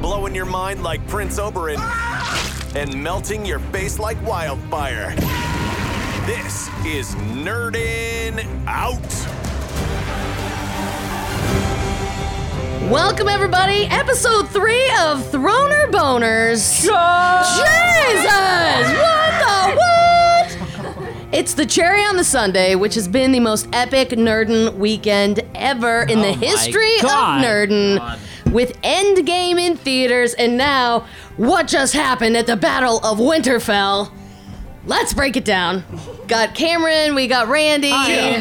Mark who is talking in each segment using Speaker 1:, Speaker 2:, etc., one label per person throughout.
Speaker 1: Blowing your mind like Prince Oberon and melting your face like wildfire. This is Nerdin Out.
Speaker 2: Welcome, everybody. Episode three of Throner Boners. Jesus! What the what? It's the cherry on the Sunday, which has been the most epic Nerdin weekend ever in the
Speaker 3: Oh my
Speaker 2: history of
Speaker 3: God.
Speaker 2: Nerdin. With Endgame in theaters, and now what just happened at the Battle of Winterfell. Let's break it down. Got Cameron, we got Randy,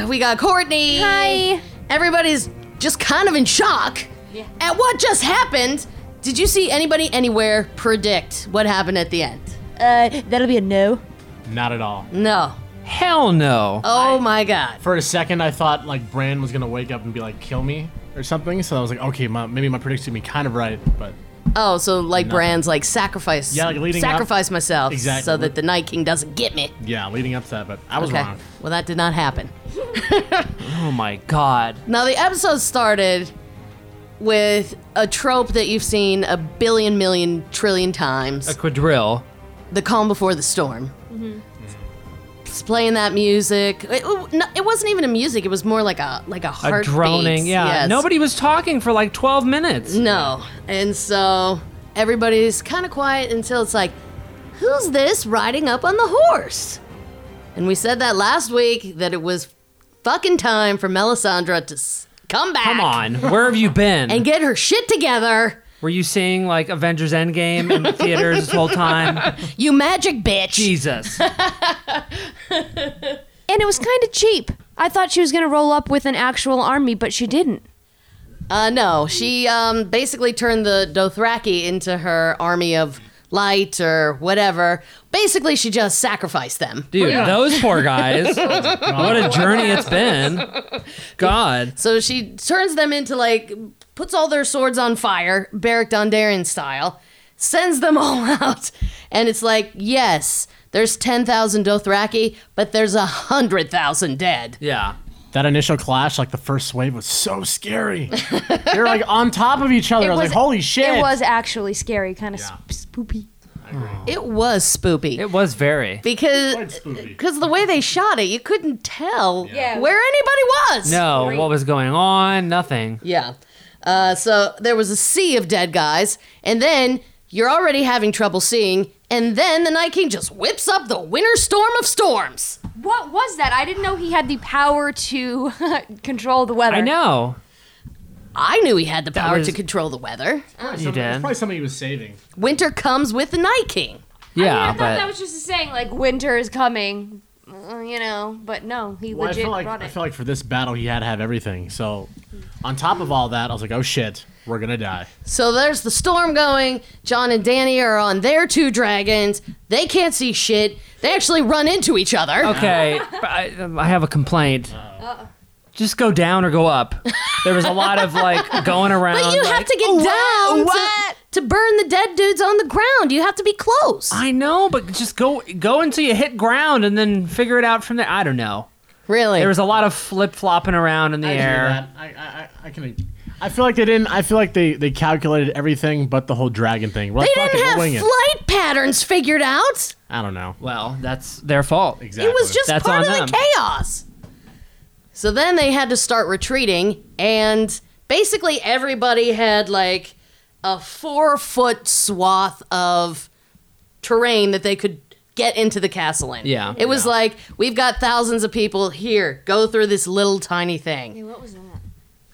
Speaker 2: we got Courtney.
Speaker 4: Hi.
Speaker 2: Everybody's just kind of in shock at what just happened. Did you see anybody anywhere predict what happened at the end?
Speaker 5: Uh, that'll be a no.
Speaker 6: Not at all.
Speaker 2: No.
Speaker 6: Hell no.
Speaker 2: Oh my god.
Speaker 6: For a second, I thought like Bran was gonna wake up and be like, "Kill me" or something. So I was like, "Okay, my, maybe my prediction be kind of right." But
Speaker 2: Oh, so like Bran's like sacrifice.
Speaker 6: Yeah, like, leading up-
Speaker 2: sacrifice myself
Speaker 6: Exactly.
Speaker 2: so that the Night King doesn't get me.
Speaker 6: yeah, leading up to that, but I was
Speaker 2: Okay.
Speaker 6: wrong.
Speaker 2: Well, that did not happen.
Speaker 6: Oh my god.
Speaker 2: Now the episode started with a trope that you've seen a billion million trillion times.
Speaker 6: A Mm-hmm. quadrille.
Speaker 2: the calm before the storm. Just playing that music. It, it- no, it wasn't even a music. It was more like a like a
Speaker 6: A
Speaker 2: heartbeat.
Speaker 6: droning. Yeah.
Speaker 2: Yes.
Speaker 6: Nobody was talking for like 12 minutes.
Speaker 2: No, and so everybody's kind of quiet until it's like, who's this riding up on the horse? And we said that last week that it was fucking time for Melisandre to s- come back.
Speaker 6: Come on. Where have you been?
Speaker 2: And get her shit together,
Speaker 6: Were you seeing like Avengers Endgame in the theaters this whole time?
Speaker 2: you magic bitch.
Speaker 6: Jesus.
Speaker 5: And it was kind of cheap. I thought she was going to roll up with an actual army, but she didn't.
Speaker 2: Uh, no, she um, basically turned the Dothraki into her army of light or whatever. Basically, she just sacrificed them.
Speaker 6: Dude, those poor guys.
Speaker 5: Oh,
Speaker 6: what a journey it's been. God.
Speaker 2: So she turns them into like, puts all their swords on fire, Beric Dondarrion style, sends them all out. And it's like, yes, there's 10,000 Dothraki, but there's a 100,000 dead.
Speaker 6: Yeah.
Speaker 1: That initial clash,
Speaker 6: like the first wave was so scary. They're like on top of each other.
Speaker 5: It
Speaker 6: I was,
Speaker 5: was-
Speaker 6: like, holy shit.
Speaker 5: It was actually scary, kind of spoopy.
Speaker 2: It was spoopy.
Speaker 6: It was very.
Speaker 2: because because the way they shot it, you couldn't tell
Speaker 5: Yeah.
Speaker 2: where anybody was.
Speaker 6: No, what was going on? Nothing.
Speaker 2: Yeah. Uh, so there was a sea of dead guys, and then you're already having trouble seeing, and then the Night King just whips up the winter storm of storms.
Speaker 5: What was that? I didn't know he had the power to control the weather.
Speaker 6: I know.
Speaker 2: I knew he had the power
Speaker 6: was-
Speaker 2: to control the weather.
Speaker 6: You did.
Speaker 1: probably something he was saving.
Speaker 2: Winter comes with the Night King.
Speaker 5: I
Speaker 6: Yeah,
Speaker 5: thought that
Speaker 6: but
Speaker 5: was just a saying, like winter is coming, uh, you know. But no, he
Speaker 1: Well, I
Speaker 5: legit
Speaker 1: feel like
Speaker 5: brought
Speaker 1: I
Speaker 5: it.
Speaker 1: feel like for this battle he had to have everything. So, on top of all that, I was like, "Oh shit, we're gonna die."
Speaker 2: So there's the storm going. John and Danny are on their two dragons. They can't see shit. They actually run into each other.
Speaker 6: okay. but I, um, I have a complaint. Just go down or go up. There was a lot of like going around.
Speaker 2: But you have
Speaker 6: like,
Speaker 2: to get
Speaker 6: "Oh, wow,
Speaker 2: down to-
Speaker 6: what?"
Speaker 2: To, burn the dead dudes on the ground. You have to be close.
Speaker 6: I know, but just go go until you hit ground and then figure it out from there. I don't know.
Speaker 2: really?
Speaker 6: There was a lot of flip flopping around in the air.
Speaker 1: That, I, I, I, I can. I feel like they didn't. I feel like they they calculated everything but the whole dragon thing. We're
Speaker 2: They
Speaker 1: like, fuck
Speaker 2: didn't
Speaker 1: it,
Speaker 2: have
Speaker 1: we'll wing it.
Speaker 2: flight patterns figured out.
Speaker 1: I don't know.
Speaker 6: Well, that's their fault.
Speaker 1: Exactly.
Speaker 2: It was just
Speaker 6: That's
Speaker 2: part of
Speaker 6: on
Speaker 2: the
Speaker 6: them.
Speaker 2: chaos. So then they had to start retreating, and basically everybody had like a four foot swath of terrain that they could get into the castle in.
Speaker 6: Yeah.
Speaker 2: It was like, we've got thousands of people here, go through this little tiny thing. what was that?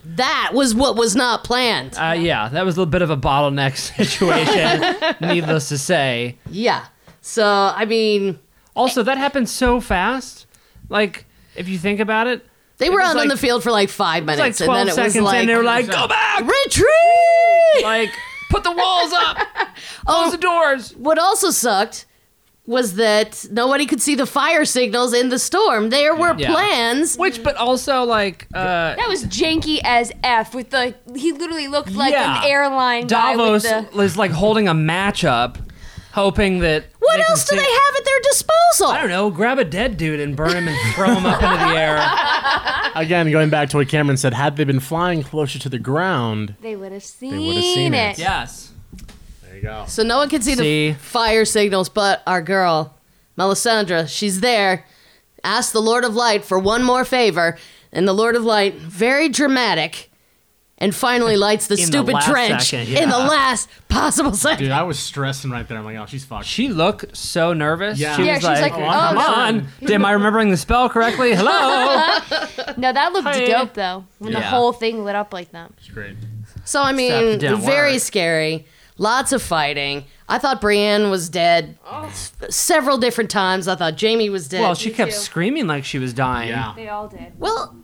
Speaker 2: That was what was not planned.
Speaker 6: Uh, yeah, that was a little bit of a bottleneck situation, needless to say.
Speaker 2: yeah. So, I mean,
Speaker 6: Also, that happened so fast. Like, if you think about it,
Speaker 2: they were
Speaker 6: was
Speaker 2: out on
Speaker 6: like-
Speaker 2: the field for like five
Speaker 6: it's like
Speaker 2: minutes,
Speaker 6: 12
Speaker 2: and then it
Speaker 6: seconds,
Speaker 2: was like,
Speaker 6: and they were like, go back!
Speaker 2: retreat!
Speaker 6: Like, Put the walls up.
Speaker 5: Oh.
Speaker 6: Close the doors.
Speaker 2: What also sucked was that nobody could see the fire signals in the storm. There were
Speaker 6: Yeah.
Speaker 2: plans.
Speaker 6: Which, but also like, uh,
Speaker 5: That was janky as f. With the he literally looked like
Speaker 6: yeah,
Speaker 5: an airline
Speaker 6: Davos
Speaker 5: guy with the.
Speaker 6: is like holding a match up, hoping that.
Speaker 2: What
Speaker 6: they can
Speaker 2: else do
Speaker 6: see-
Speaker 2: they have at their disposal?
Speaker 6: I don't know. Grab a dead dude and burn him and throw him up into the air.
Speaker 7: Again, going back to what Cameron said, had they been flying closer to the ground,
Speaker 5: They would have seen,
Speaker 7: seen
Speaker 5: it.
Speaker 7: it.
Speaker 6: Yes.
Speaker 7: there you go.
Speaker 2: So no one can see,
Speaker 6: See?
Speaker 2: the f- fire signals, but our girl, Melisandre, she's there. Asked the Lord of Light for one more favor, and the Lord of Light, very dramatic, and finally lights the
Speaker 6: the
Speaker 2: stupid
Speaker 6: last
Speaker 2: trench
Speaker 6: second,
Speaker 2: in the
Speaker 6: yeah.
Speaker 2: last possible second.
Speaker 7: Dude, I was stressing right there. I'm like, oh, she's fucked.
Speaker 6: She looked so nervous.
Speaker 7: Yeah.
Speaker 6: She was
Speaker 7: Yeah,
Speaker 5: she's
Speaker 6: like,
Speaker 5: like,
Speaker 6: "Oh,
Speaker 5: "Oh,
Speaker 6: come
Speaker 5: no."
Speaker 6: on. Am I remembering the spell correctly? Hello.
Speaker 5: No, that looked
Speaker 6: Hey.
Speaker 5: dope though. When the
Speaker 6: Yeah.
Speaker 5: whole thing lit up like that.
Speaker 7: She's great.
Speaker 2: So I mean,
Speaker 6: Stuff didn't
Speaker 2: very
Speaker 6: work.
Speaker 2: scary. Lots of fighting. I thought Brienne was dead s- several different times. I thought Jamie was dead.
Speaker 6: well, she kept screaming like she was dying.
Speaker 7: Yeah.
Speaker 5: They all did.
Speaker 2: Well,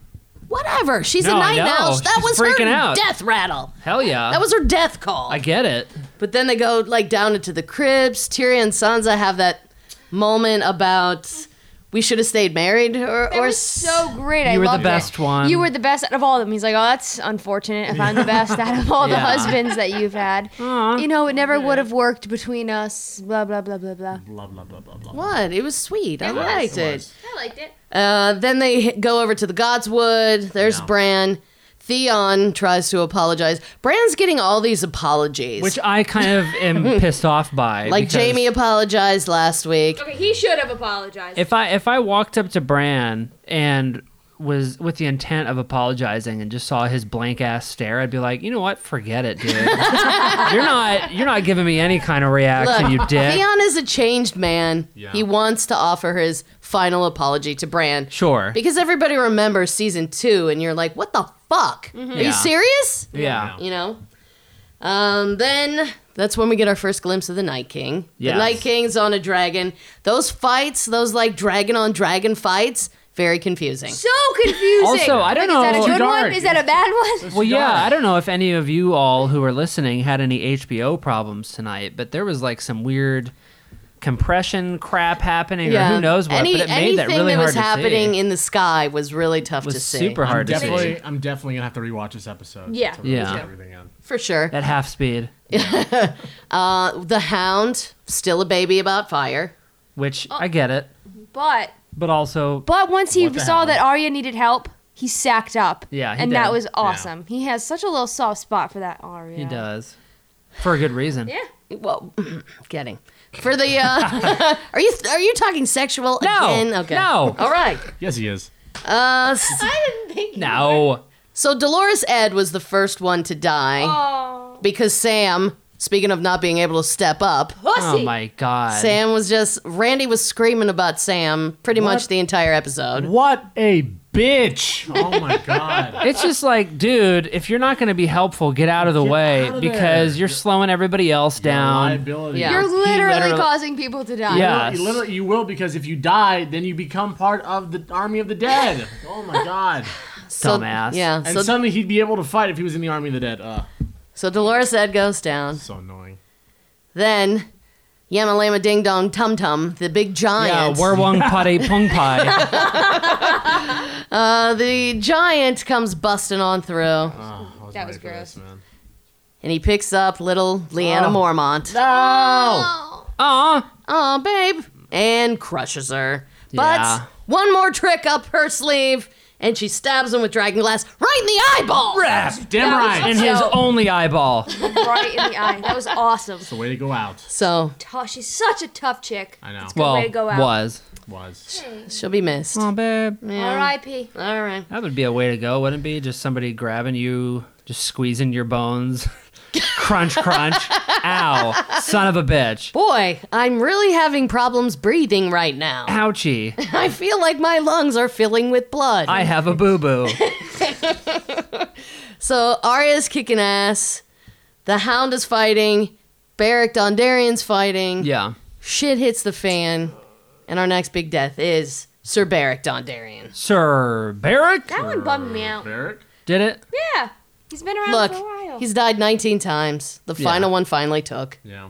Speaker 2: whatever. She's a
Speaker 6: No, I
Speaker 2: night
Speaker 6: know.
Speaker 2: owl. That
Speaker 6: She's
Speaker 2: was her
Speaker 6: freaking out.
Speaker 2: death rattle.
Speaker 6: Hell yeah.
Speaker 2: That was her death call.
Speaker 6: I get it.
Speaker 2: But then they go like down into the cribs. Tyrion and Sansa have that moment about we should have stayed married or,
Speaker 5: It
Speaker 2: or
Speaker 5: was so great. I
Speaker 6: You were the
Speaker 5: loved it.
Speaker 6: best one.
Speaker 5: You were the best out of all of them. He's like, oh, that's unfortunate. If I'm the best out of all the
Speaker 6: Yeah.
Speaker 5: husbands that you've had, you know, it never would have worked between us. Blah blah blah blah blah.
Speaker 7: Blah, blah, blah, blah, blah.
Speaker 2: what it was sweet. I liked it.
Speaker 5: I liked it.
Speaker 2: Uh, then they h- go over to the Godswood. There's Bran. Theon tries to apologize. Bran's getting all these apologies.
Speaker 6: Which I kind of am pissed off by.
Speaker 2: like
Speaker 6: because
Speaker 2: Jamie apologized last week.
Speaker 5: Okay, he should have apologized.
Speaker 6: If I if I walked up to Bran and was with the intent of apologizing and just saw his blank ass stare, I'd be like, you know what? Forget it, dude. you're not you're not giving me any kind of reaction, you dick.
Speaker 2: Theon is a changed man.
Speaker 7: Yeah.
Speaker 2: He wants to offer his final apology to Bran.
Speaker 6: Sure.
Speaker 2: Because everybody remembers season two, and you're like, what the fuck? Are
Speaker 6: Yeah.
Speaker 2: you serious?
Speaker 6: yeah.
Speaker 2: You know? Um, then that's when we get our first glimpse of the Night King.
Speaker 6: Yes.
Speaker 2: The Night King's on a dragon. Those fights, those like dragon on dragon fights, very confusing.
Speaker 5: so confusing.
Speaker 6: Also, I don't
Speaker 5: Is that
Speaker 6: know-
Speaker 5: a good
Speaker 6: Dark.
Speaker 5: one? Is that a bad one?
Speaker 6: Well, yeah, I don't know if any of you all who are listening had any HBO problems tonight, but there was like some weird compression crap happening, or who knows what.
Speaker 2: Any,
Speaker 6: but it made
Speaker 2: anything
Speaker 6: that really hard
Speaker 2: was happening
Speaker 6: to see.
Speaker 2: in the sky was really tough
Speaker 6: It was
Speaker 2: to see.
Speaker 6: super hard to see.
Speaker 7: Definitely, I'm definitely gonna have to rewatch this episode.
Speaker 5: Yeah.
Speaker 7: to really
Speaker 6: Yeah.
Speaker 7: get Everything in.
Speaker 2: For sure.
Speaker 6: At half speed,
Speaker 2: the Hound, still a baby about fire.
Speaker 6: which I get it,
Speaker 5: But
Speaker 6: but also
Speaker 5: Uh, but once he
Speaker 7: What the
Speaker 5: saw
Speaker 7: hell?
Speaker 5: that Arya needed help, he sacked up.
Speaker 6: Yeah, he
Speaker 5: and
Speaker 6: did.
Speaker 5: that was awesome. He has such a little soft spot for that Arya.
Speaker 6: he does for a good reason.
Speaker 5: Yeah.
Speaker 2: Well, getting for the uh, are you are you talking sexual
Speaker 6: No,
Speaker 2: again? Okay,
Speaker 6: no.
Speaker 2: all right.
Speaker 7: Yes, he is.
Speaker 2: Uh, s-
Speaker 6: No,
Speaker 2: so Dolores Ed was the first one to die because Sam. Speaking of not being able to step up,
Speaker 6: oh my god,
Speaker 2: Sam was just Randy was screaming about Sam pretty much the entire episode.
Speaker 7: What a bitch! Oh my god.
Speaker 6: it's just like, dude, if you're not going to be helpful, get out of the way
Speaker 7: out of
Speaker 6: because
Speaker 7: there.
Speaker 6: you're slowing everybody else down.
Speaker 7: Liability.
Speaker 2: Yeah.
Speaker 5: You're
Speaker 2: He
Speaker 5: literally,
Speaker 6: literally-
Speaker 5: causing people to die.
Speaker 6: Yes.
Speaker 7: You literally, you will because if you die, then you become part of the army of the dead. Oh my god!
Speaker 2: So,
Speaker 6: Dumbass.
Speaker 2: Yeah.
Speaker 7: And
Speaker 2: So,
Speaker 7: suddenly he'd be able to fight if he was in the army of the dead. Uh,
Speaker 2: so Dolores Ed goes down.
Speaker 7: so annoying.
Speaker 2: Then Yamalama Ding Dong Tum Tum, the big
Speaker 6: Yeah,
Speaker 2: giant.
Speaker 6: werewong putty pung pie.
Speaker 2: Uh, the giant comes busting on through,
Speaker 5: That was gross.
Speaker 7: man.
Speaker 2: and he picks up little Leanna Mormont.
Speaker 6: Oh, aw,
Speaker 2: oh babe and crushes her but
Speaker 6: Yeah.
Speaker 2: one more trick up her sleeve and she stabs him with dragon glass right in the eyeball
Speaker 7: Damn right.
Speaker 6: and his only eyeball.
Speaker 5: right in the eye. That was awesome.
Speaker 7: It's the way to go out.
Speaker 2: so
Speaker 5: Oh, she's such a tough chick.
Speaker 7: I know.
Speaker 6: well,
Speaker 5: way to go out.
Speaker 6: was.
Speaker 7: Was.
Speaker 2: she'll be missed
Speaker 6: Oh, babe.
Speaker 5: R.I.P.
Speaker 2: all right
Speaker 6: That would be a way to go, wouldn't it be? Just somebody grabbing you, just squeezing your bones. crunch, crunch. Ow. Son of a bitch.
Speaker 2: boy i'm really having problems breathing right now
Speaker 6: Ouchie.
Speaker 2: i feel like my lungs are filling with blood
Speaker 6: I have a boo boo.
Speaker 2: so Arya's kicking ass the hound is fighting Barrack Dondarrion's fighting
Speaker 6: Yeah.
Speaker 2: shit hits the fan and our next big death is Sir Barrack Dondarrion
Speaker 6: Sir Barrick
Speaker 5: That one bummed me out.
Speaker 7: Eric.
Speaker 6: did it.
Speaker 5: Yeah. He's been around for a while.
Speaker 2: Look, he's died 19 times. The final one finally took.
Speaker 7: Yeah.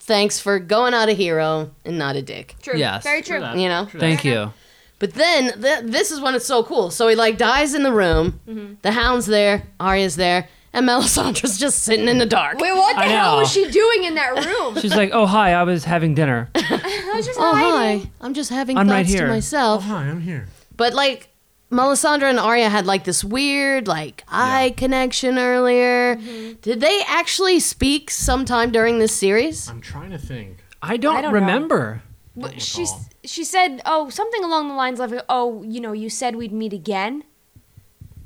Speaker 2: Thanks for going out a hero and not a dick.
Speaker 5: true.
Speaker 6: Yes.
Speaker 5: Very true.
Speaker 2: You know?
Speaker 6: Thank you.
Speaker 2: But then th- this is when it's so cool. So he like dies in the room.
Speaker 5: Mm-hmm.
Speaker 2: The Hound's there, Arya's there, and Melisandre's just sitting in the dark.
Speaker 5: Wait, what the
Speaker 6: I
Speaker 5: hell
Speaker 6: know.
Speaker 5: was she doing in that room?
Speaker 6: She's like, oh hi, I was having dinner.
Speaker 5: I was just
Speaker 2: oh
Speaker 5: hiding.
Speaker 2: hi, I'm just having
Speaker 6: I'm
Speaker 2: thoughts
Speaker 6: right
Speaker 2: to
Speaker 6: here. Oh,
Speaker 2: myself.
Speaker 7: Hi, I'm here.
Speaker 2: But like Melisandre and Arya had like this weird like eye connection earlier.
Speaker 5: Mm-hmm.
Speaker 2: Did they actually speak sometime during this series?
Speaker 7: I'm trying to think.
Speaker 6: I don't,
Speaker 5: I don't know.
Speaker 6: remember.
Speaker 5: But she she said, "Oh, something along the lines of, oh, you know, you said we'd meet again."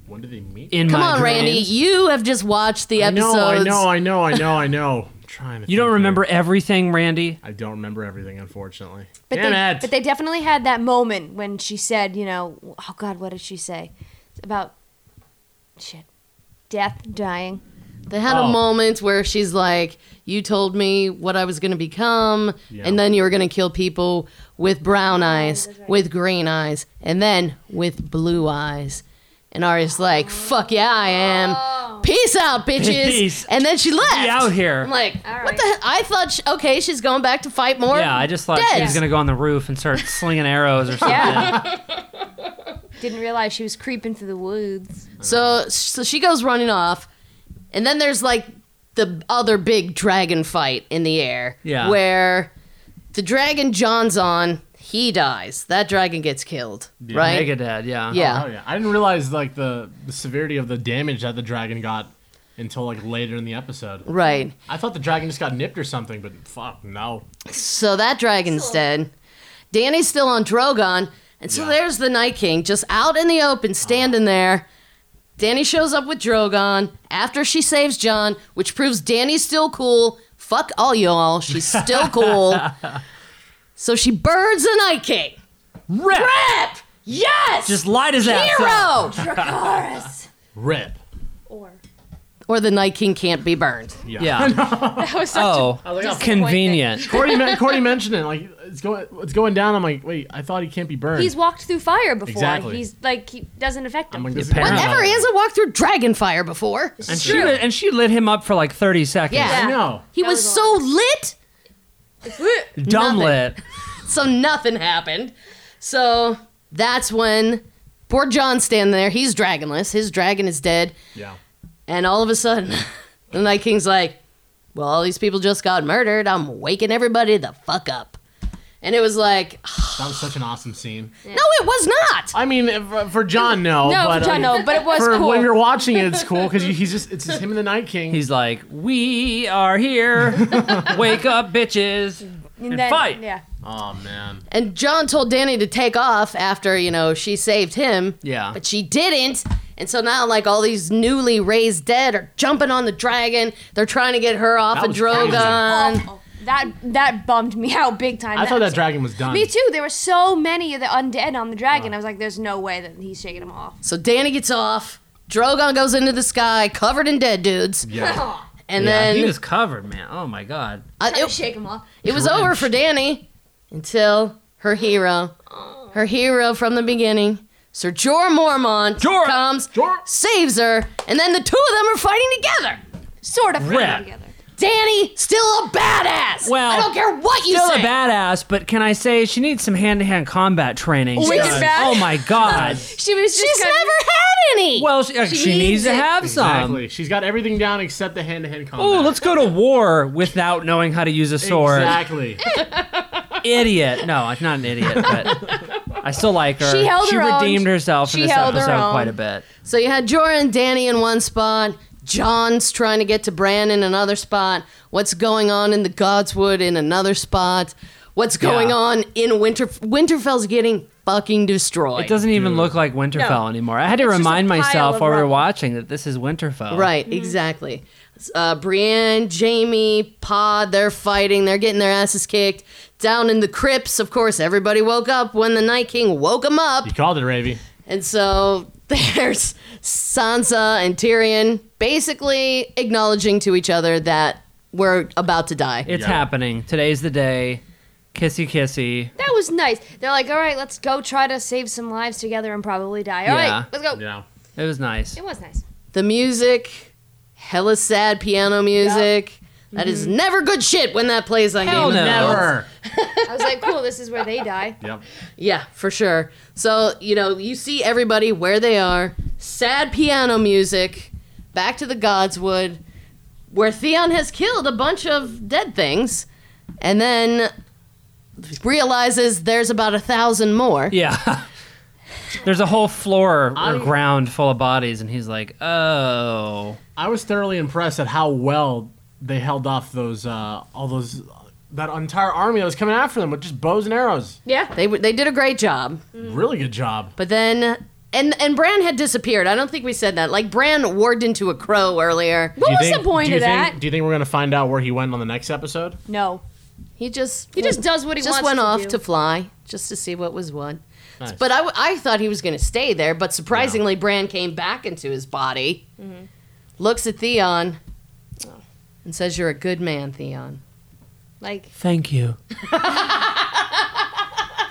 Speaker 7: When did they meet?
Speaker 6: In
Speaker 2: Come
Speaker 6: my
Speaker 2: on,
Speaker 6: dreams.
Speaker 2: Randy, you have just watched the
Speaker 7: I know,
Speaker 2: episodes.
Speaker 7: I know, I know, I know, I know. I'm trying to
Speaker 6: You don't
Speaker 7: think
Speaker 6: remember everything, Randy?
Speaker 7: here. I don't remember everything, unfortunately.
Speaker 5: But
Speaker 7: Damn
Speaker 5: they,
Speaker 7: it!
Speaker 5: But they definitely had that moment when she said, you know, oh God, what did she say? It's about shit, death, dying.
Speaker 2: They had a
Speaker 7: Oh.
Speaker 2: moment where she's like, "You told me what I was going to become,
Speaker 7: Yeah.
Speaker 2: and then you were going to kill people with brown eyes, with green eyes, and then with blue eyes." And Arya's like, "Fuck yeah, I am. Peace out, bitches."
Speaker 6: Peace.
Speaker 2: And then she left.
Speaker 6: out here.
Speaker 2: I'm like, "What the? he- I thought, she, okay, she's going back to fight more."
Speaker 6: Yeah, I just thought she
Speaker 2: deads.
Speaker 6: was gonna go on the roof and start slinging arrows or something.
Speaker 5: Didn't realize she was creeping through the woods.
Speaker 2: So so she goes running off, and then there's like the other big dragon fight in the air.
Speaker 6: Yeah.
Speaker 2: Where the dragon John's on, he dies. That dragon gets killed. right.
Speaker 6: Mega Dad, yeah.
Speaker 2: yeah.
Speaker 7: Oh yeah, I didn't realize like the the severity of the damage that the dragon got until like later in the episode.
Speaker 2: Right.
Speaker 7: I thought the dragon just got nipped or something, but fuck no.
Speaker 2: So that dragon's dead. Danny's still on Drogon, and so
Speaker 7: Yeah.
Speaker 2: there's the Night King just out in the open, standing there. Danny shows up with Drogon after she saves John, which proves Danny's still cool. Fuck all y'all, she's still cool. so she birds the Night King.
Speaker 6: Rip!
Speaker 2: Rip! Yes!
Speaker 6: Just light his ass up.
Speaker 2: hero!
Speaker 7: Rip.
Speaker 2: or the Night King can't be burned.
Speaker 7: Yeah.
Speaker 6: Yeah. oh, convenient.
Speaker 7: Cordy, men- Cordy mentioned it. Like it's going, it's going down. I'm like, wait, I thought he can't be burned.
Speaker 5: He's walked through fire before.
Speaker 7: Exactly.
Speaker 5: He's like he doesn't affect
Speaker 7: I'm
Speaker 5: him.
Speaker 7: like, this is
Speaker 6: Apparently.
Speaker 7: going
Speaker 2: Never
Speaker 7: down.
Speaker 2: he hasn't walked through dragon fire before.
Speaker 6: And she, lit, and she lit him up for like 30 seconds.
Speaker 2: Yeah.
Speaker 7: I know.
Speaker 2: He was so lit,
Speaker 6: Dumb lit.
Speaker 2: so nothing happened. So that's when poor John's standing there. He's dragonless. His dragon is dead.
Speaker 7: Yeah.
Speaker 2: And all of a sudden, the Night King's like, Well, all these people just got murdered. I'm waking everybody the fuck up. And it was like,
Speaker 7: That was such an awesome scene.
Speaker 2: No, it was not.
Speaker 7: I mean, if- uh, for John, no.
Speaker 5: no,
Speaker 7: but,
Speaker 5: John,
Speaker 7: uh,
Speaker 5: no, but it was
Speaker 7: For
Speaker 5: cool.
Speaker 7: when you're watching it, it's cool because he's just it's just him and the Night King.
Speaker 6: He's like, we are here. Wake up, bitches. And,
Speaker 5: Then-
Speaker 6: fight.
Speaker 5: Yeah.
Speaker 7: oh man.
Speaker 2: And John told Danny to take off after, you know, she saved him.
Speaker 6: Yeah.
Speaker 2: But she didn't. And so now, like, all these newly raised dead are jumping on the dragon. They're trying to get her off
Speaker 7: That
Speaker 2: of
Speaker 7: was crazy.
Speaker 6: Um,
Speaker 2: Drogon.
Speaker 5: Oh, That that bummed me out big time.
Speaker 7: I thought
Speaker 5: was-
Speaker 7: that dragon was done.
Speaker 5: Me too. There were so many of the undead on the dragon. I was like, there's no way that he's shaking them off.
Speaker 2: So Danny gets off. Drogon goes into the sky covered in dead dudes.
Speaker 7: Yeah.
Speaker 2: And
Speaker 6: Yeah,
Speaker 2: then
Speaker 6: he was covered, man. Oh my god.
Speaker 2: I-
Speaker 5: Trying to
Speaker 2: it,
Speaker 5: shake him off.
Speaker 2: it was over for Danny until her hero, her hero from the beginning, Sir Jor Mormont,
Speaker 6: Jor-
Speaker 2: comes, saves her, and then the two of them are fighting together.
Speaker 5: Sort of
Speaker 6: Rip.
Speaker 5: together.
Speaker 2: Danny still a badass.
Speaker 6: Well,
Speaker 2: I don't care what you
Speaker 6: Still
Speaker 2: say.
Speaker 6: a badass, but can I say she needs some hand-to-hand combat training?
Speaker 5: Wicked
Speaker 6: because-
Speaker 5: bad.
Speaker 6: Oh my god.
Speaker 5: She was just
Speaker 2: She's
Speaker 5: kind
Speaker 2: never
Speaker 5: of-
Speaker 2: had any.
Speaker 6: well, she, uh, she needs, to
Speaker 2: it.
Speaker 6: have some.
Speaker 7: Exactly. She's got everything down except the hand-to-hand combat.
Speaker 6: Oh, let's go to war without knowing how to use a sword.
Speaker 7: Exactly.
Speaker 5: Eh.
Speaker 6: Idiot. No, I'm not an idiot, but I still like her.
Speaker 5: She held her own.
Speaker 6: redeemed herself
Speaker 5: She
Speaker 6: in this
Speaker 5: held her
Speaker 6: episode
Speaker 5: own.
Speaker 6: quite a bit.
Speaker 2: so you had Jorah and Danny in one spot. John's trying to get to Bran in another spot. What's going on in the Godswood in another spot? What's going
Speaker 6: Yeah.
Speaker 2: on in Winter? Winterfell's getting fucking destroyed.
Speaker 6: It doesn't even look like Winterfell anymore. I had to
Speaker 5: just a
Speaker 6: remind
Speaker 5: pile
Speaker 6: myself
Speaker 5: of
Speaker 6: while we were
Speaker 5: rubble.
Speaker 6: watching that this is Winterfell.
Speaker 2: Right, exactly. Uh, Brienne, Jamie, Pod, they're fighting. They're getting their asses kicked. Down in the crypts, of course, everybody woke up when the Night King woke them up.
Speaker 7: you called it, Ravy.
Speaker 2: And so there's Sansa and Tyrion basically acknowledging to each other that we're about to die.
Speaker 6: It's
Speaker 7: Yeah.
Speaker 6: happening. Today's the day. Kissy kissy.
Speaker 5: That was nice. They're like, all right, let's go try to save some lives together and probably die. All
Speaker 6: Yeah.
Speaker 5: right, let's go.
Speaker 7: Yeah.
Speaker 6: It was nice.
Speaker 5: It was nice.
Speaker 2: The music, hella sad piano music. That is
Speaker 5: Mm-hmm.
Speaker 2: never good shit when that plays on
Speaker 6: Hell
Speaker 2: Game
Speaker 6: no.
Speaker 2: of Thrones.
Speaker 7: Never.
Speaker 5: I was like, cool, this is where they die.
Speaker 7: Yep.
Speaker 2: Yeah, for sure. So, you know, you see everybody where they are. Sad piano music. Back to the Godswood, where Theon has killed a bunch of dead things, and then realizes there's about a thousand more.
Speaker 6: Yeah. There's a whole floor or
Speaker 7: I-
Speaker 6: ground full of bodies, and he's like, "Oh,
Speaker 7: I was thoroughly impressed at how well they held off those uh, all those that entire army that was coming after them with just bows and arrows.
Speaker 5: Yeah.
Speaker 2: They, w- they did a great job.
Speaker 7: Really good job.
Speaker 2: But then, and and Bran had disappeared. I don't think we said that. Like Bran warped into a crow earlier.
Speaker 5: What
Speaker 7: Do you
Speaker 5: was
Speaker 7: think-
Speaker 5: the point
Speaker 7: do you
Speaker 5: of
Speaker 7: think-
Speaker 5: that?
Speaker 7: Do you think we're gonna find out where he went on the next episode?
Speaker 5: No.
Speaker 2: He just
Speaker 5: He just does what he
Speaker 2: just
Speaker 5: wants
Speaker 2: went
Speaker 5: to
Speaker 2: off
Speaker 5: do.
Speaker 2: to fly just to see what was what.
Speaker 7: Nice.
Speaker 2: But I, w- I thought he was going to stay there. But surprisingly, Bran came back into his body,
Speaker 5: Mm-hmm.
Speaker 2: looks at Theon,
Speaker 5: Oh.
Speaker 2: and says, "You're a good man, Theon."
Speaker 5: Like,
Speaker 6: thank you,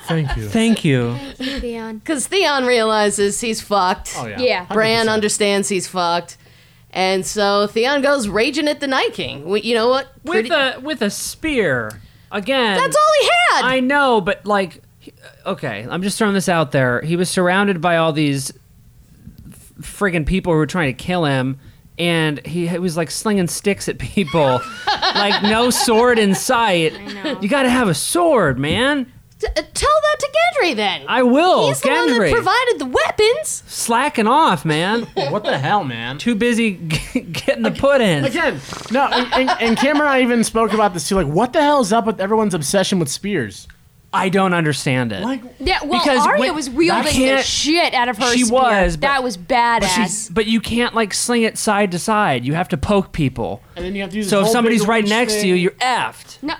Speaker 7: Thank you.
Speaker 6: thank you."
Speaker 5: Theon.
Speaker 2: Because Theon realizes he's fucked.
Speaker 7: Oh yeah.
Speaker 5: Yeah.
Speaker 2: Bran understands he's fucked. And so Theon goes raging at the Night King. We- You know what?
Speaker 6: With
Speaker 2: Pretty-
Speaker 6: a with a spear again.
Speaker 2: That's all he had.
Speaker 6: I know, but like, he- uh, okay, I'm just throwing this out there. He was surrounded by all these f- friggin' people who were trying to kill him, and he, he was like slinging sticks at people, like no sword in sight. You got to have a sword, man.
Speaker 2: T- uh, tell that to Gendry then.
Speaker 6: I will.
Speaker 2: He's the one that
Speaker 6: Oh, Gendry.
Speaker 2: provided the weapons.
Speaker 6: slacking off, man.
Speaker 7: What the hell, man?
Speaker 6: Too busy g- getting the pudding.
Speaker 7: Again, no, and, and, and Cameron and I even spoke about this too. Like, what the hell is up with everyone's obsession with spears?
Speaker 6: I don't understand it.
Speaker 7: Like,
Speaker 5: Yeah, well,
Speaker 6: Because
Speaker 5: Arya
Speaker 6: when-
Speaker 5: was
Speaker 6: I
Speaker 5: wielding the
Speaker 6: can't-
Speaker 5: shit out of her
Speaker 6: She
Speaker 5: spear.
Speaker 6: was, but-
Speaker 5: that was
Speaker 6: But
Speaker 5: badass.
Speaker 6: she's- but you can't like sling it side to side. You have to poke people.
Speaker 7: and then you have to use.
Speaker 6: So
Speaker 7: this
Speaker 6: if
Speaker 7: whole
Speaker 6: somebody's
Speaker 7: big
Speaker 6: right
Speaker 7: reach
Speaker 6: next to
Speaker 7: thing.
Speaker 6: you, you're effed.
Speaker 5: no,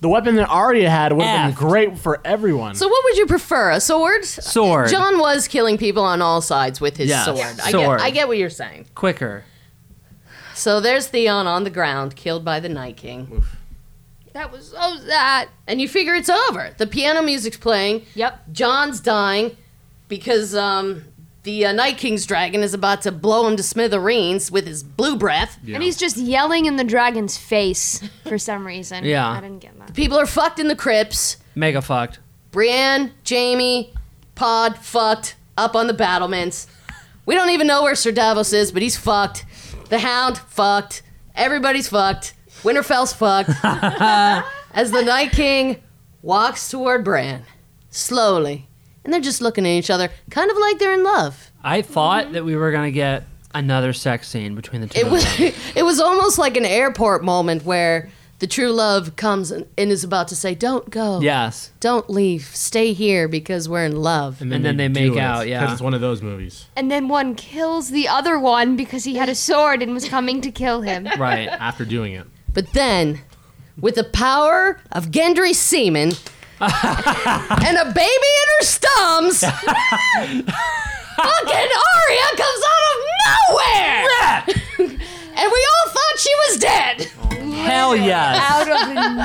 Speaker 7: the weapon that Arya had would have been
Speaker 6: Effed.
Speaker 7: great for everyone.
Speaker 2: So what would you prefer, a sword?
Speaker 6: Sword.
Speaker 2: John was killing people on all sides with his
Speaker 6: Yes.
Speaker 2: sword.
Speaker 6: Yeah.
Speaker 2: I
Speaker 6: Sword.
Speaker 2: get, I get what you're saying.
Speaker 6: Quicker.
Speaker 2: So there's Theon on the ground, killed by the Night King, oh,
Speaker 5: that was so sad.
Speaker 2: and you figure it's over. The piano music's playing.
Speaker 5: Yep.
Speaker 2: John's dying because um, the uh, Night King's dragon is about to blow him to smithereens with his blue breath.
Speaker 5: And he's just yelling in the dragon's face for some reason.
Speaker 6: Yeah.
Speaker 5: I didn't get that.
Speaker 2: People are fucked in the crypts.
Speaker 6: Mega fucked.
Speaker 2: Brienne, Jamie, Pod, fucked, up on the battlements. We don't even know where Sir Davos is, but he's fucked. The Hound, fucked. Everybody's fucked. Winterfell's fucked. As the Night King walks toward Bran, slowly. And they're just looking at each other, kind of like they're in love.
Speaker 6: I thought
Speaker 5: Mm-hmm.
Speaker 6: that we were gonna get another sex scene between the two.
Speaker 2: It
Speaker 6: of
Speaker 2: was,
Speaker 6: them.
Speaker 2: it was almost like an airport moment where the true love comes and and is about to say, Don't go.
Speaker 6: Yes.
Speaker 2: Don't leave. Stay here because we're in love.
Speaker 6: and then they
Speaker 7: do
Speaker 6: make
Speaker 7: it,
Speaker 6: out, yeah.
Speaker 7: 'cause it's one of those movies.
Speaker 5: And then one kills the other one because he had a sword and was coming to kill him.
Speaker 6: Right.
Speaker 7: After doing it,
Speaker 2: But then, with the power of Gendry's semen and a baby in her stums, fucking Arya comes out of nowhere! and we all thought she was dead.
Speaker 6: Hell yes.
Speaker 5: Out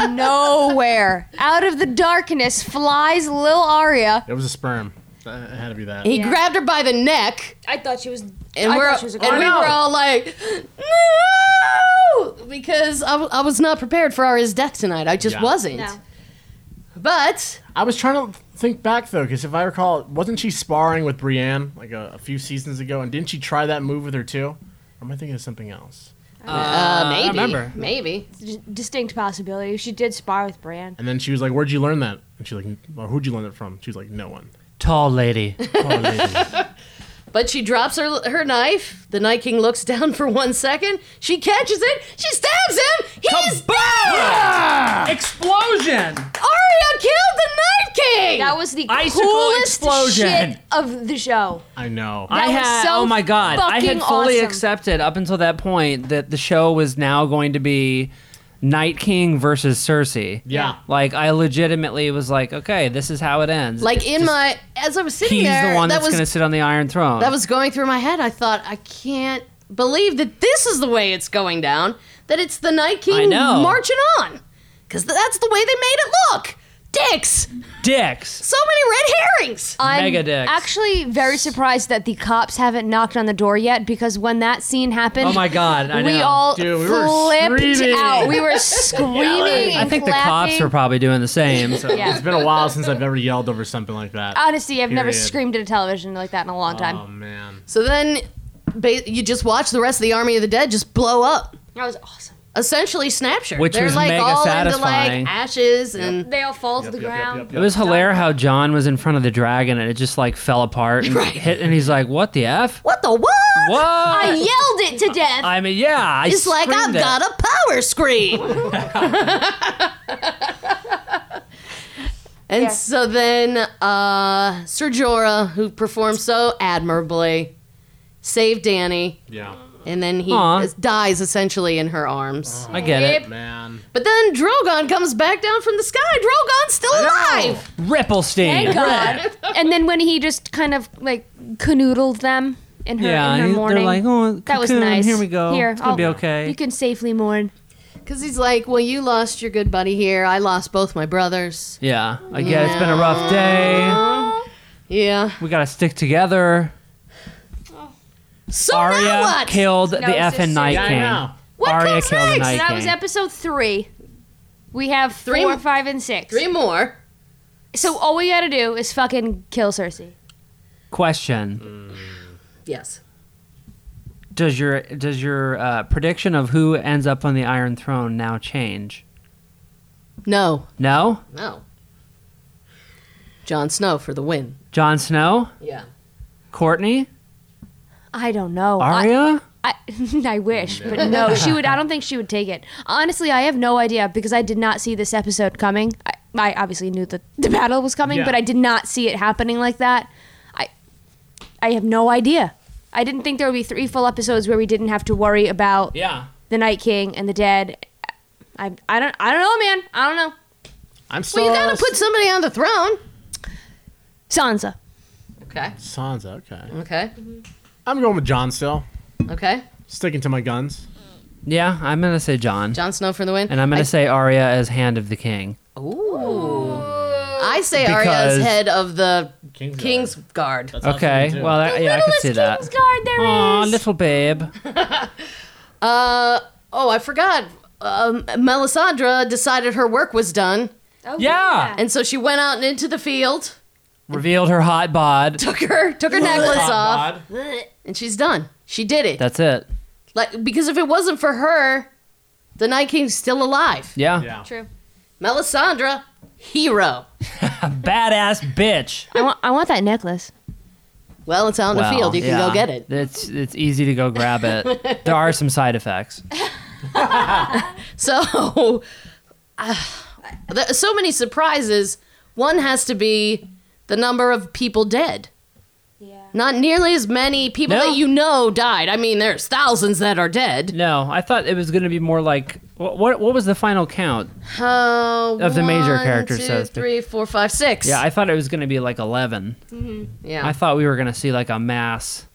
Speaker 5: of nowhere, out of the darkness, flies Lil Arya.
Speaker 7: it was a sperm. Uh, It had to be that.
Speaker 2: He grabbed her by the neck,
Speaker 5: I thought she was.
Speaker 2: and,
Speaker 5: I
Speaker 2: we're,
Speaker 5: thought she was a
Speaker 2: and we
Speaker 5: girl.
Speaker 2: were all like, no! Because I, w- I was not prepared for Arya's death tonight. I just
Speaker 7: Yeah.
Speaker 2: wasn't.
Speaker 5: No.
Speaker 2: But
Speaker 7: I was trying to think back though, because if I recall, wasn't she sparring with Brienne like a, a few seasons ago? And didn't she try that move with her too? Or am I thinking of something else?
Speaker 2: uh, maybe,
Speaker 6: remember.
Speaker 2: maybe.
Speaker 5: Distinct possibility. She did spar with Bran.
Speaker 7: And then she was like, "Where'd you learn that?" And she's like, well, "Who'd you learn it from?" She's like, "No one."
Speaker 6: Tall lady.
Speaker 2: But she drops her her knife. The Night King looks down for one second. She catches it. She stabs him. He's dead.
Speaker 6: Explosion.
Speaker 2: Arya killed the Night King.
Speaker 5: That was the
Speaker 6: Icicle
Speaker 5: coolest
Speaker 6: explosion.
Speaker 5: shit of the show.
Speaker 7: I know.
Speaker 6: I
Speaker 5: was
Speaker 6: had
Speaker 5: so
Speaker 6: oh my god. I
Speaker 5: fucking
Speaker 6: had fully
Speaker 5: awesome.
Speaker 6: accepted up until that point that the show was now going to be Night King versus Cersei.
Speaker 7: yeah.
Speaker 6: Like I legitimately was like, okay, this is how it ends.
Speaker 2: like in my as I was sitting
Speaker 6: he's
Speaker 2: there.
Speaker 6: the one
Speaker 2: that
Speaker 6: that's
Speaker 2: was
Speaker 6: gonna sit on the Iron Throne.
Speaker 2: that was going through my head. I thought I can't believe that this is the way it's going down. That it's the Night King
Speaker 6: know.
Speaker 2: marching on because that's the way they made it look. Dicks!
Speaker 6: Dicks.
Speaker 2: So many red herrings!
Speaker 5: I'm
Speaker 6: Mega dicks.
Speaker 5: actually very surprised that the cops haven't knocked on the door yet because when that scene happened,
Speaker 6: Oh my God, I
Speaker 5: we
Speaker 6: know.
Speaker 5: all
Speaker 7: Dude, we were
Speaker 5: flipped
Speaker 7: screaming.
Speaker 5: out. We were screaming.
Speaker 6: I
Speaker 5: and
Speaker 6: think the
Speaker 5: clapping.
Speaker 6: cops were probably doing the same. So.
Speaker 5: Yeah.
Speaker 7: It's been a while since I've ever yelled over something like that.
Speaker 2: Uh,
Speaker 5: Honestly, I've never
Speaker 7: Period.
Speaker 5: screamed at a television like that in a long time.
Speaker 7: Oh man.
Speaker 2: So then ba- you just watch the rest of the Army of the Dead just blow up.
Speaker 5: that was awesome.
Speaker 2: Essentially, Snapshot.
Speaker 6: Which
Speaker 2: They're
Speaker 6: was
Speaker 2: like
Speaker 6: mega
Speaker 2: all
Speaker 6: satisfying.
Speaker 2: into like ashes and
Speaker 5: They all fall to the
Speaker 7: Yep, yep,
Speaker 5: ground.
Speaker 7: yep,
Speaker 6: It
Speaker 7: yep.
Speaker 6: was hilarious how John was in front of the dragon and it just like fell apart and hit, and he's like, "What the f?
Speaker 2: what the what?
Speaker 6: What?"
Speaker 5: I yelled it to death.
Speaker 6: I mean, yeah, I
Speaker 2: It's like I've
Speaker 6: screamed it.
Speaker 2: got a power scream. and so then uh, Sir Jorah, who performed so admirably, saved Danny,
Speaker 7: Yeah.
Speaker 2: and then he
Speaker 6: Aw.
Speaker 2: is- dies essentially in her arms.
Speaker 6: I get it.
Speaker 7: Man.
Speaker 2: But then Drogon comes back down from the sky. Drogon's still alive.
Speaker 6: Ripplestein.
Speaker 5: Thank God. and then when he just kind of like canoodled them in her,
Speaker 6: Yeah,
Speaker 5: in her
Speaker 6: they're
Speaker 5: morning.
Speaker 6: like, "Oh,
Speaker 5: that was
Speaker 6: cocoon,
Speaker 5: nice.
Speaker 6: here we go.
Speaker 5: Here,
Speaker 6: It's gonna be
Speaker 5: I'll-
Speaker 6: okay."
Speaker 5: You can safely mourn.
Speaker 2: Because he's like, well, you lost your good buddy here. I lost both my
Speaker 5: Oh.
Speaker 2: brothers.
Speaker 6: Yeah, I get it. It's been a rough day.
Speaker 2: Yeah.
Speaker 6: We gotta stick together.
Speaker 2: So now
Speaker 6: Arya
Speaker 2: what?
Speaker 6: killed the
Speaker 5: it's
Speaker 6: effing
Speaker 5: just-
Speaker 6: Night
Speaker 7: Yeah, I
Speaker 6: King.
Speaker 7: know.
Speaker 5: What
Speaker 6: Arya
Speaker 5: comes
Speaker 6: killed the
Speaker 5: next?
Speaker 6: Night
Speaker 5: that
Speaker 6: King.
Speaker 5: was episode three. We have
Speaker 2: Three-
Speaker 5: four, five, and six.
Speaker 2: Three more.
Speaker 5: So all we gotta do is fucking kill Cersei.
Speaker 6: Question:
Speaker 2: Yes.
Speaker 6: Does your does your uh, prediction of who ends up on the Iron Throne now change?
Speaker 2: No.
Speaker 6: No,
Speaker 2: No. Jon Snow for the win.
Speaker 6: Jon Snow,
Speaker 2: Yeah.
Speaker 6: Courtney,
Speaker 5: I don't know. I,
Speaker 6: Arya.
Speaker 5: I, I wish, but no, she would. I don't think she would take it. Honestly, I have no idea because I did not see this episode coming. I, I obviously knew that the battle was coming,
Speaker 7: Yeah.
Speaker 5: but I did not see it happening like that. I, I have no idea. I didn't think there would be three full episodes where we didn't have to worry about
Speaker 6: yeah.
Speaker 5: the Night King and the dead. I, I don't, I don't know, man. I don't know.
Speaker 7: I'm still
Speaker 2: Well, you gotta put somebody on the throne.
Speaker 5: Sansa.
Speaker 2: Okay.
Speaker 7: Sansa, okay.
Speaker 2: Okay.
Speaker 7: I'm going with John still.
Speaker 2: Okay.
Speaker 7: Sticking to my guns.
Speaker 6: Yeah, I'm gonna say John,
Speaker 2: Jon Snow for the win.
Speaker 6: and I'm gonna say Arya as Hand of the King.
Speaker 2: Ooh. I say
Speaker 6: Because-
Speaker 2: Arya's head of the
Speaker 7: Kingsguard.
Speaker 2: King's Guard.
Speaker 6: Okay, well, that, yeah, I could see that.
Speaker 5: Guard there
Speaker 6: Aw, little babe.
Speaker 2: Oh, I forgot. Um, Melisandre decided her work was done,
Speaker 6: Yeah,
Speaker 2: and so she went out and into the field,
Speaker 6: revealed her hot bod.
Speaker 2: took her took her necklace off, and she's done. She did it.
Speaker 6: That's it.
Speaker 2: Like because if it wasn't for her, the Night King's still alive.
Speaker 6: Yeah.
Speaker 7: Yeah.
Speaker 5: True.
Speaker 2: Melisandre, hero.
Speaker 6: Badass bitch.
Speaker 5: I want, I want that necklace.
Speaker 2: Well, it's out in the field. You can go get it.
Speaker 6: It's it's easy to go grab it. there are some side effects.
Speaker 2: So, uh, there are so many surprises. One has to be the number of people dead.
Speaker 5: Yeah.
Speaker 2: Not nearly as many people
Speaker 6: No.
Speaker 2: that you know died. I mean, there's thousands that are dead.
Speaker 6: No, I thought it was going to be more like what, what what was the final count?
Speaker 2: Uh,
Speaker 6: Of the major
Speaker 2: one,
Speaker 6: characters,
Speaker 2: two,
Speaker 6: so to speak.
Speaker 2: three, four, five, six.
Speaker 6: Yeah, I thought it was going to be like 11.
Speaker 2: yeah.
Speaker 6: I thought we were going to see like a mass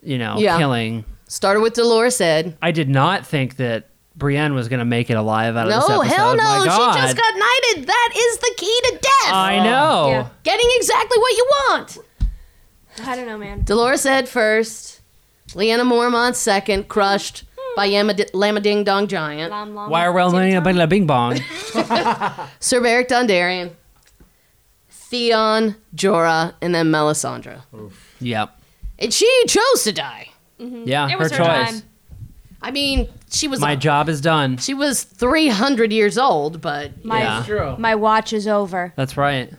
Speaker 6: you know,
Speaker 2: Yeah.
Speaker 6: killing.
Speaker 2: Started with Dolores Ed.
Speaker 6: I did not think that Brienne was going to make it alive out of this
Speaker 2: No,
Speaker 6: episode.
Speaker 2: hell
Speaker 6: My
Speaker 2: no.
Speaker 6: God.
Speaker 2: She just got Oh. knighted. That is the key to death.
Speaker 6: I know.
Speaker 5: Yeah.
Speaker 2: Getting exactly what you want.
Speaker 5: I don't know, man.
Speaker 2: Dolores Ed first. Leanna Mormont second. Crushed by Yama, Lama Ding Dong Giant.
Speaker 5: Lom, lom,
Speaker 6: Why are we learning about La Bing Bong?
Speaker 2: Sir Beric Dondarrion, Theon, Jorah, and then Melisandre.
Speaker 6: yep.
Speaker 2: And she chose to die.
Speaker 6: Yeah,
Speaker 5: It was her
Speaker 6: choice.
Speaker 5: time.
Speaker 2: I mean, she was
Speaker 6: My job is done.
Speaker 2: she was 300 years old, but
Speaker 5: My,
Speaker 6: Yeah.
Speaker 5: my watch is over.
Speaker 6: That's right.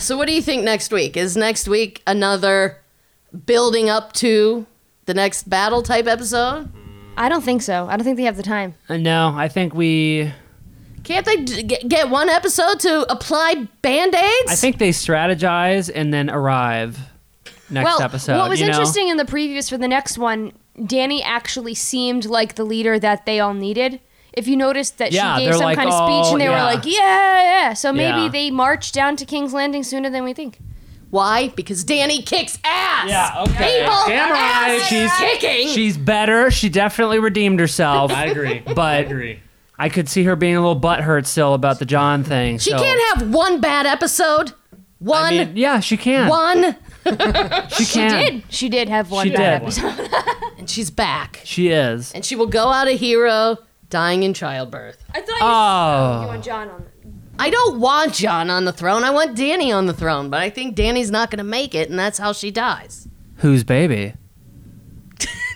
Speaker 2: so what do you think next week? Is next week another building up to the next battle type episode?
Speaker 5: I don't think so. I don't think they have the time.
Speaker 6: Uh, No, I think we
Speaker 2: Can't they d- get get one episode to apply band-aids?
Speaker 6: I think they strategize and then arrive next
Speaker 5: well,
Speaker 6: episode.
Speaker 5: what was
Speaker 6: you know?
Speaker 5: interesting in the previews for the next one, Danny actually seemed like the leader that they all needed. If you noticed that
Speaker 6: Yeah,
Speaker 5: she gave
Speaker 6: they're
Speaker 5: some
Speaker 6: like,
Speaker 5: kind of
Speaker 6: "Oh,
Speaker 5: speech and they
Speaker 6: yeah."
Speaker 5: were like, yeah, yeah. So maybe
Speaker 6: Yeah.
Speaker 5: they marched down to King's Landing sooner than we think.
Speaker 2: Why? Because Danny kicks ass.
Speaker 6: Yeah, okay.
Speaker 2: People,
Speaker 6: Damn right.
Speaker 2: ass
Speaker 6: She's-
Speaker 2: kicking.
Speaker 6: She's better. She definitely redeemed herself.
Speaker 7: I agree.
Speaker 6: But
Speaker 7: I agree.
Speaker 6: I could see her being a little butthurt still about the John thing.
Speaker 2: She can't have one bad episode. One.
Speaker 6: yeah, she can.
Speaker 2: One.
Speaker 6: She
Speaker 5: She
Speaker 6: can.
Speaker 5: did. She did have one
Speaker 6: She
Speaker 5: bad
Speaker 6: did.
Speaker 5: episode.
Speaker 2: And she's back.
Speaker 6: She is.
Speaker 2: And she will go out a hero, dying in childbirth.
Speaker 5: I thought
Speaker 6: Oh.
Speaker 5: want John on.
Speaker 2: I don't want John on the throne. I want Danny on the throne, but I think Danny's not going to make it, and that's how she dies.
Speaker 6: Whose baby?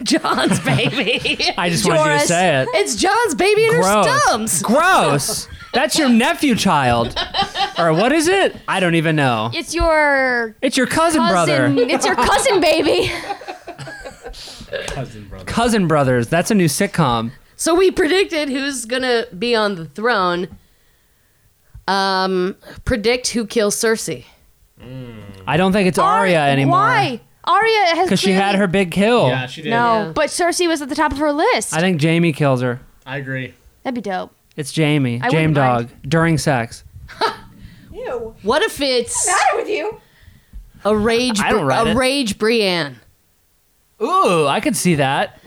Speaker 2: John's baby.
Speaker 6: I just wanted you to say it.
Speaker 2: it's John's baby and her
Speaker 6: Gross.
Speaker 2: stums.
Speaker 6: Gross. That's your nephew child. Or what is it? I don't even know.
Speaker 5: It's your
Speaker 6: It's your cousin,
Speaker 5: cousin.
Speaker 6: brother.
Speaker 5: It's your cousin, baby.
Speaker 6: Cousin brothers. That's a new sitcom.
Speaker 2: So we predicted who's gonna be on the throne. Um, predict who kills Cersei.
Speaker 6: I don't think it's Arya anymore.
Speaker 5: Why? Arya has
Speaker 6: Because she had
Speaker 5: clearly-
Speaker 6: her big kill.
Speaker 7: Yeah, she did.
Speaker 5: No, but Cersei was at the top of her list.
Speaker 6: I think Jamie kills her.
Speaker 7: I agree.
Speaker 5: That'd be dope.
Speaker 6: It's Jamie.
Speaker 5: I
Speaker 6: Jame
Speaker 5: wouldn't mind.
Speaker 6: Dog. During sex.
Speaker 2: What if it's
Speaker 5: with you?
Speaker 2: a rage?
Speaker 6: I don't write
Speaker 2: a
Speaker 6: it.
Speaker 2: rage Brienne.
Speaker 6: Ooh, I could see that.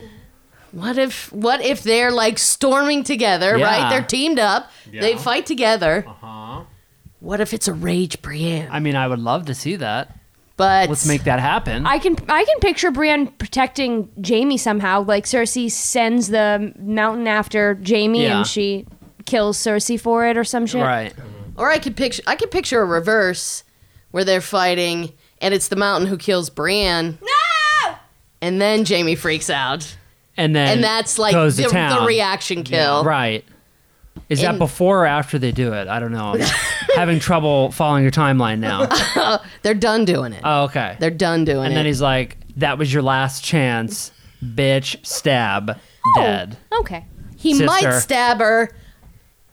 Speaker 2: What if what if they're like storming together?
Speaker 6: Yeah. Uh-huh.
Speaker 2: Right, they're teamed up. They
Speaker 7: Yeah.
Speaker 2: fight together.
Speaker 7: Huh?
Speaker 2: What if it's a rage Brienne?
Speaker 6: I mean, I would love to see that.
Speaker 2: But
Speaker 6: Let's make that happen.
Speaker 5: I can I can picture Brienne protecting Jamie somehow. Like Cersei sends the mountain after Jamie,
Speaker 6: Yeah.
Speaker 5: and she kills Cersei for it or some shit.
Speaker 6: right.
Speaker 2: or I could picture I could picture a reverse where they're fighting and it's the mountain who kills Brienne. No. And then Jamie freaks out.
Speaker 6: And then
Speaker 2: And that's like
Speaker 6: goes to
Speaker 2: the, the
Speaker 6: town.
Speaker 2: reaction kill.
Speaker 6: Right. Is
Speaker 2: And-
Speaker 6: that before or after they do it? I don't know. I'm having trouble following your timeline now.
Speaker 2: They're done doing it.
Speaker 6: Oh, okay.
Speaker 2: They're done doing
Speaker 6: and
Speaker 2: it.
Speaker 6: then he's like, "That was your last chance, bitch. Stab, dead."
Speaker 5: Okay.
Speaker 2: he might
Speaker 6: sister.
Speaker 2: stab her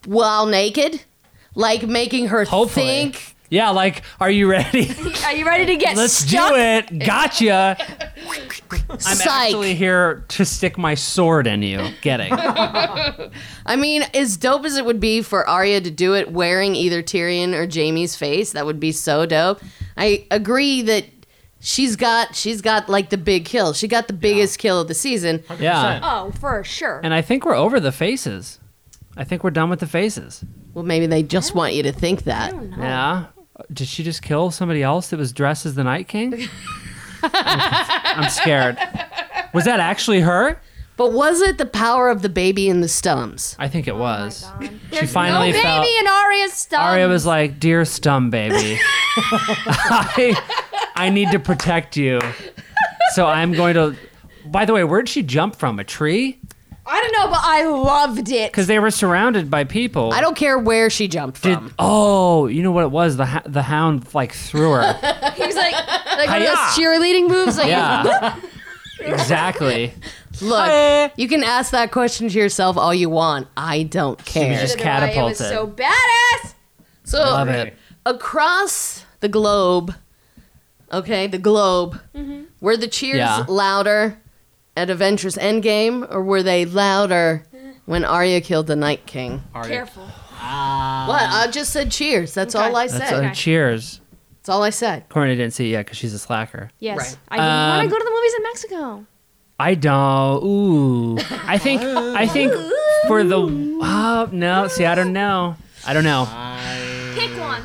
Speaker 2: while naked, like making her
Speaker 6: Hopefully.
Speaker 2: think.
Speaker 6: Yeah, like, are you ready?
Speaker 5: Are you ready to get
Speaker 6: Let's
Speaker 5: stuck?
Speaker 6: do it. Gotcha. I'm
Speaker 2: Psych.
Speaker 6: actually here to stick my sword in you. Getting.
Speaker 2: I mean, as dope as it would be for Arya to do it wearing either Tyrion or Jamie's face, that would be so dope. I agree that she's got she's got like the big kill. She got the biggest kill of the season.
Speaker 6: Yeah.
Speaker 5: Oh, for sure.
Speaker 6: And I think we're over the faces. I think we're done with the faces.
Speaker 2: Well, maybe they just want you to think that.
Speaker 6: Yeah. Did she just kill somebody else that was dressed as the Night King? I'm scared. Was that actually her?
Speaker 2: But was it the power of the baby in the stums?
Speaker 6: I think it was.
Speaker 5: Oh There's
Speaker 6: finally
Speaker 5: no baby
Speaker 6: felt-
Speaker 5: in Arya's stomach.
Speaker 6: Aria was like, "Dear Stum Baby, I, I need to protect you, so I'm going to." By the way, where'd she jump from? A tree?
Speaker 5: I don't know, but I loved it.
Speaker 6: Because they were surrounded by people.
Speaker 2: I don't care where she jumped
Speaker 6: Did,
Speaker 2: from.
Speaker 6: oh, you know what it was? The ho- the hound like threw her.
Speaker 5: He was like, like one of those
Speaker 6: Hi-ya.
Speaker 5: cheerleading moves. Like,
Speaker 6: Yeah, exactly.
Speaker 2: Look, you can ask that question to yourself all you want. I don't care.
Speaker 6: Just
Speaker 5: It was
Speaker 6: catapulted.
Speaker 5: so badass.
Speaker 2: so
Speaker 6: Love it.
Speaker 2: across the globe, okay, the globe, were the cheers
Speaker 6: Yeah.
Speaker 2: louder at Avengers Endgame, or were they louder when Arya killed the Night King?
Speaker 5: Careful.
Speaker 2: what? I just said cheers. That's
Speaker 5: Okay.
Speaker 2: all I said.
Speaker 6: Uh, That's
Speaker 2: That's,
Speaker 6: uh, cheers.
Speaker 2: all I said.
Speaker 6: Courtney didn't see it yet because she's a slacker.
Speaker 5: Yes.
Speaker 2: Right.
Speaker 5: I want
Speaker 6: Um,
Speaker 5: to go to the movies in Mexico.
Speaker 6: I don't. Ooh. I think. I think for the. Oh no. See, I don't know. I don't know.
Speaker 5: Pick one.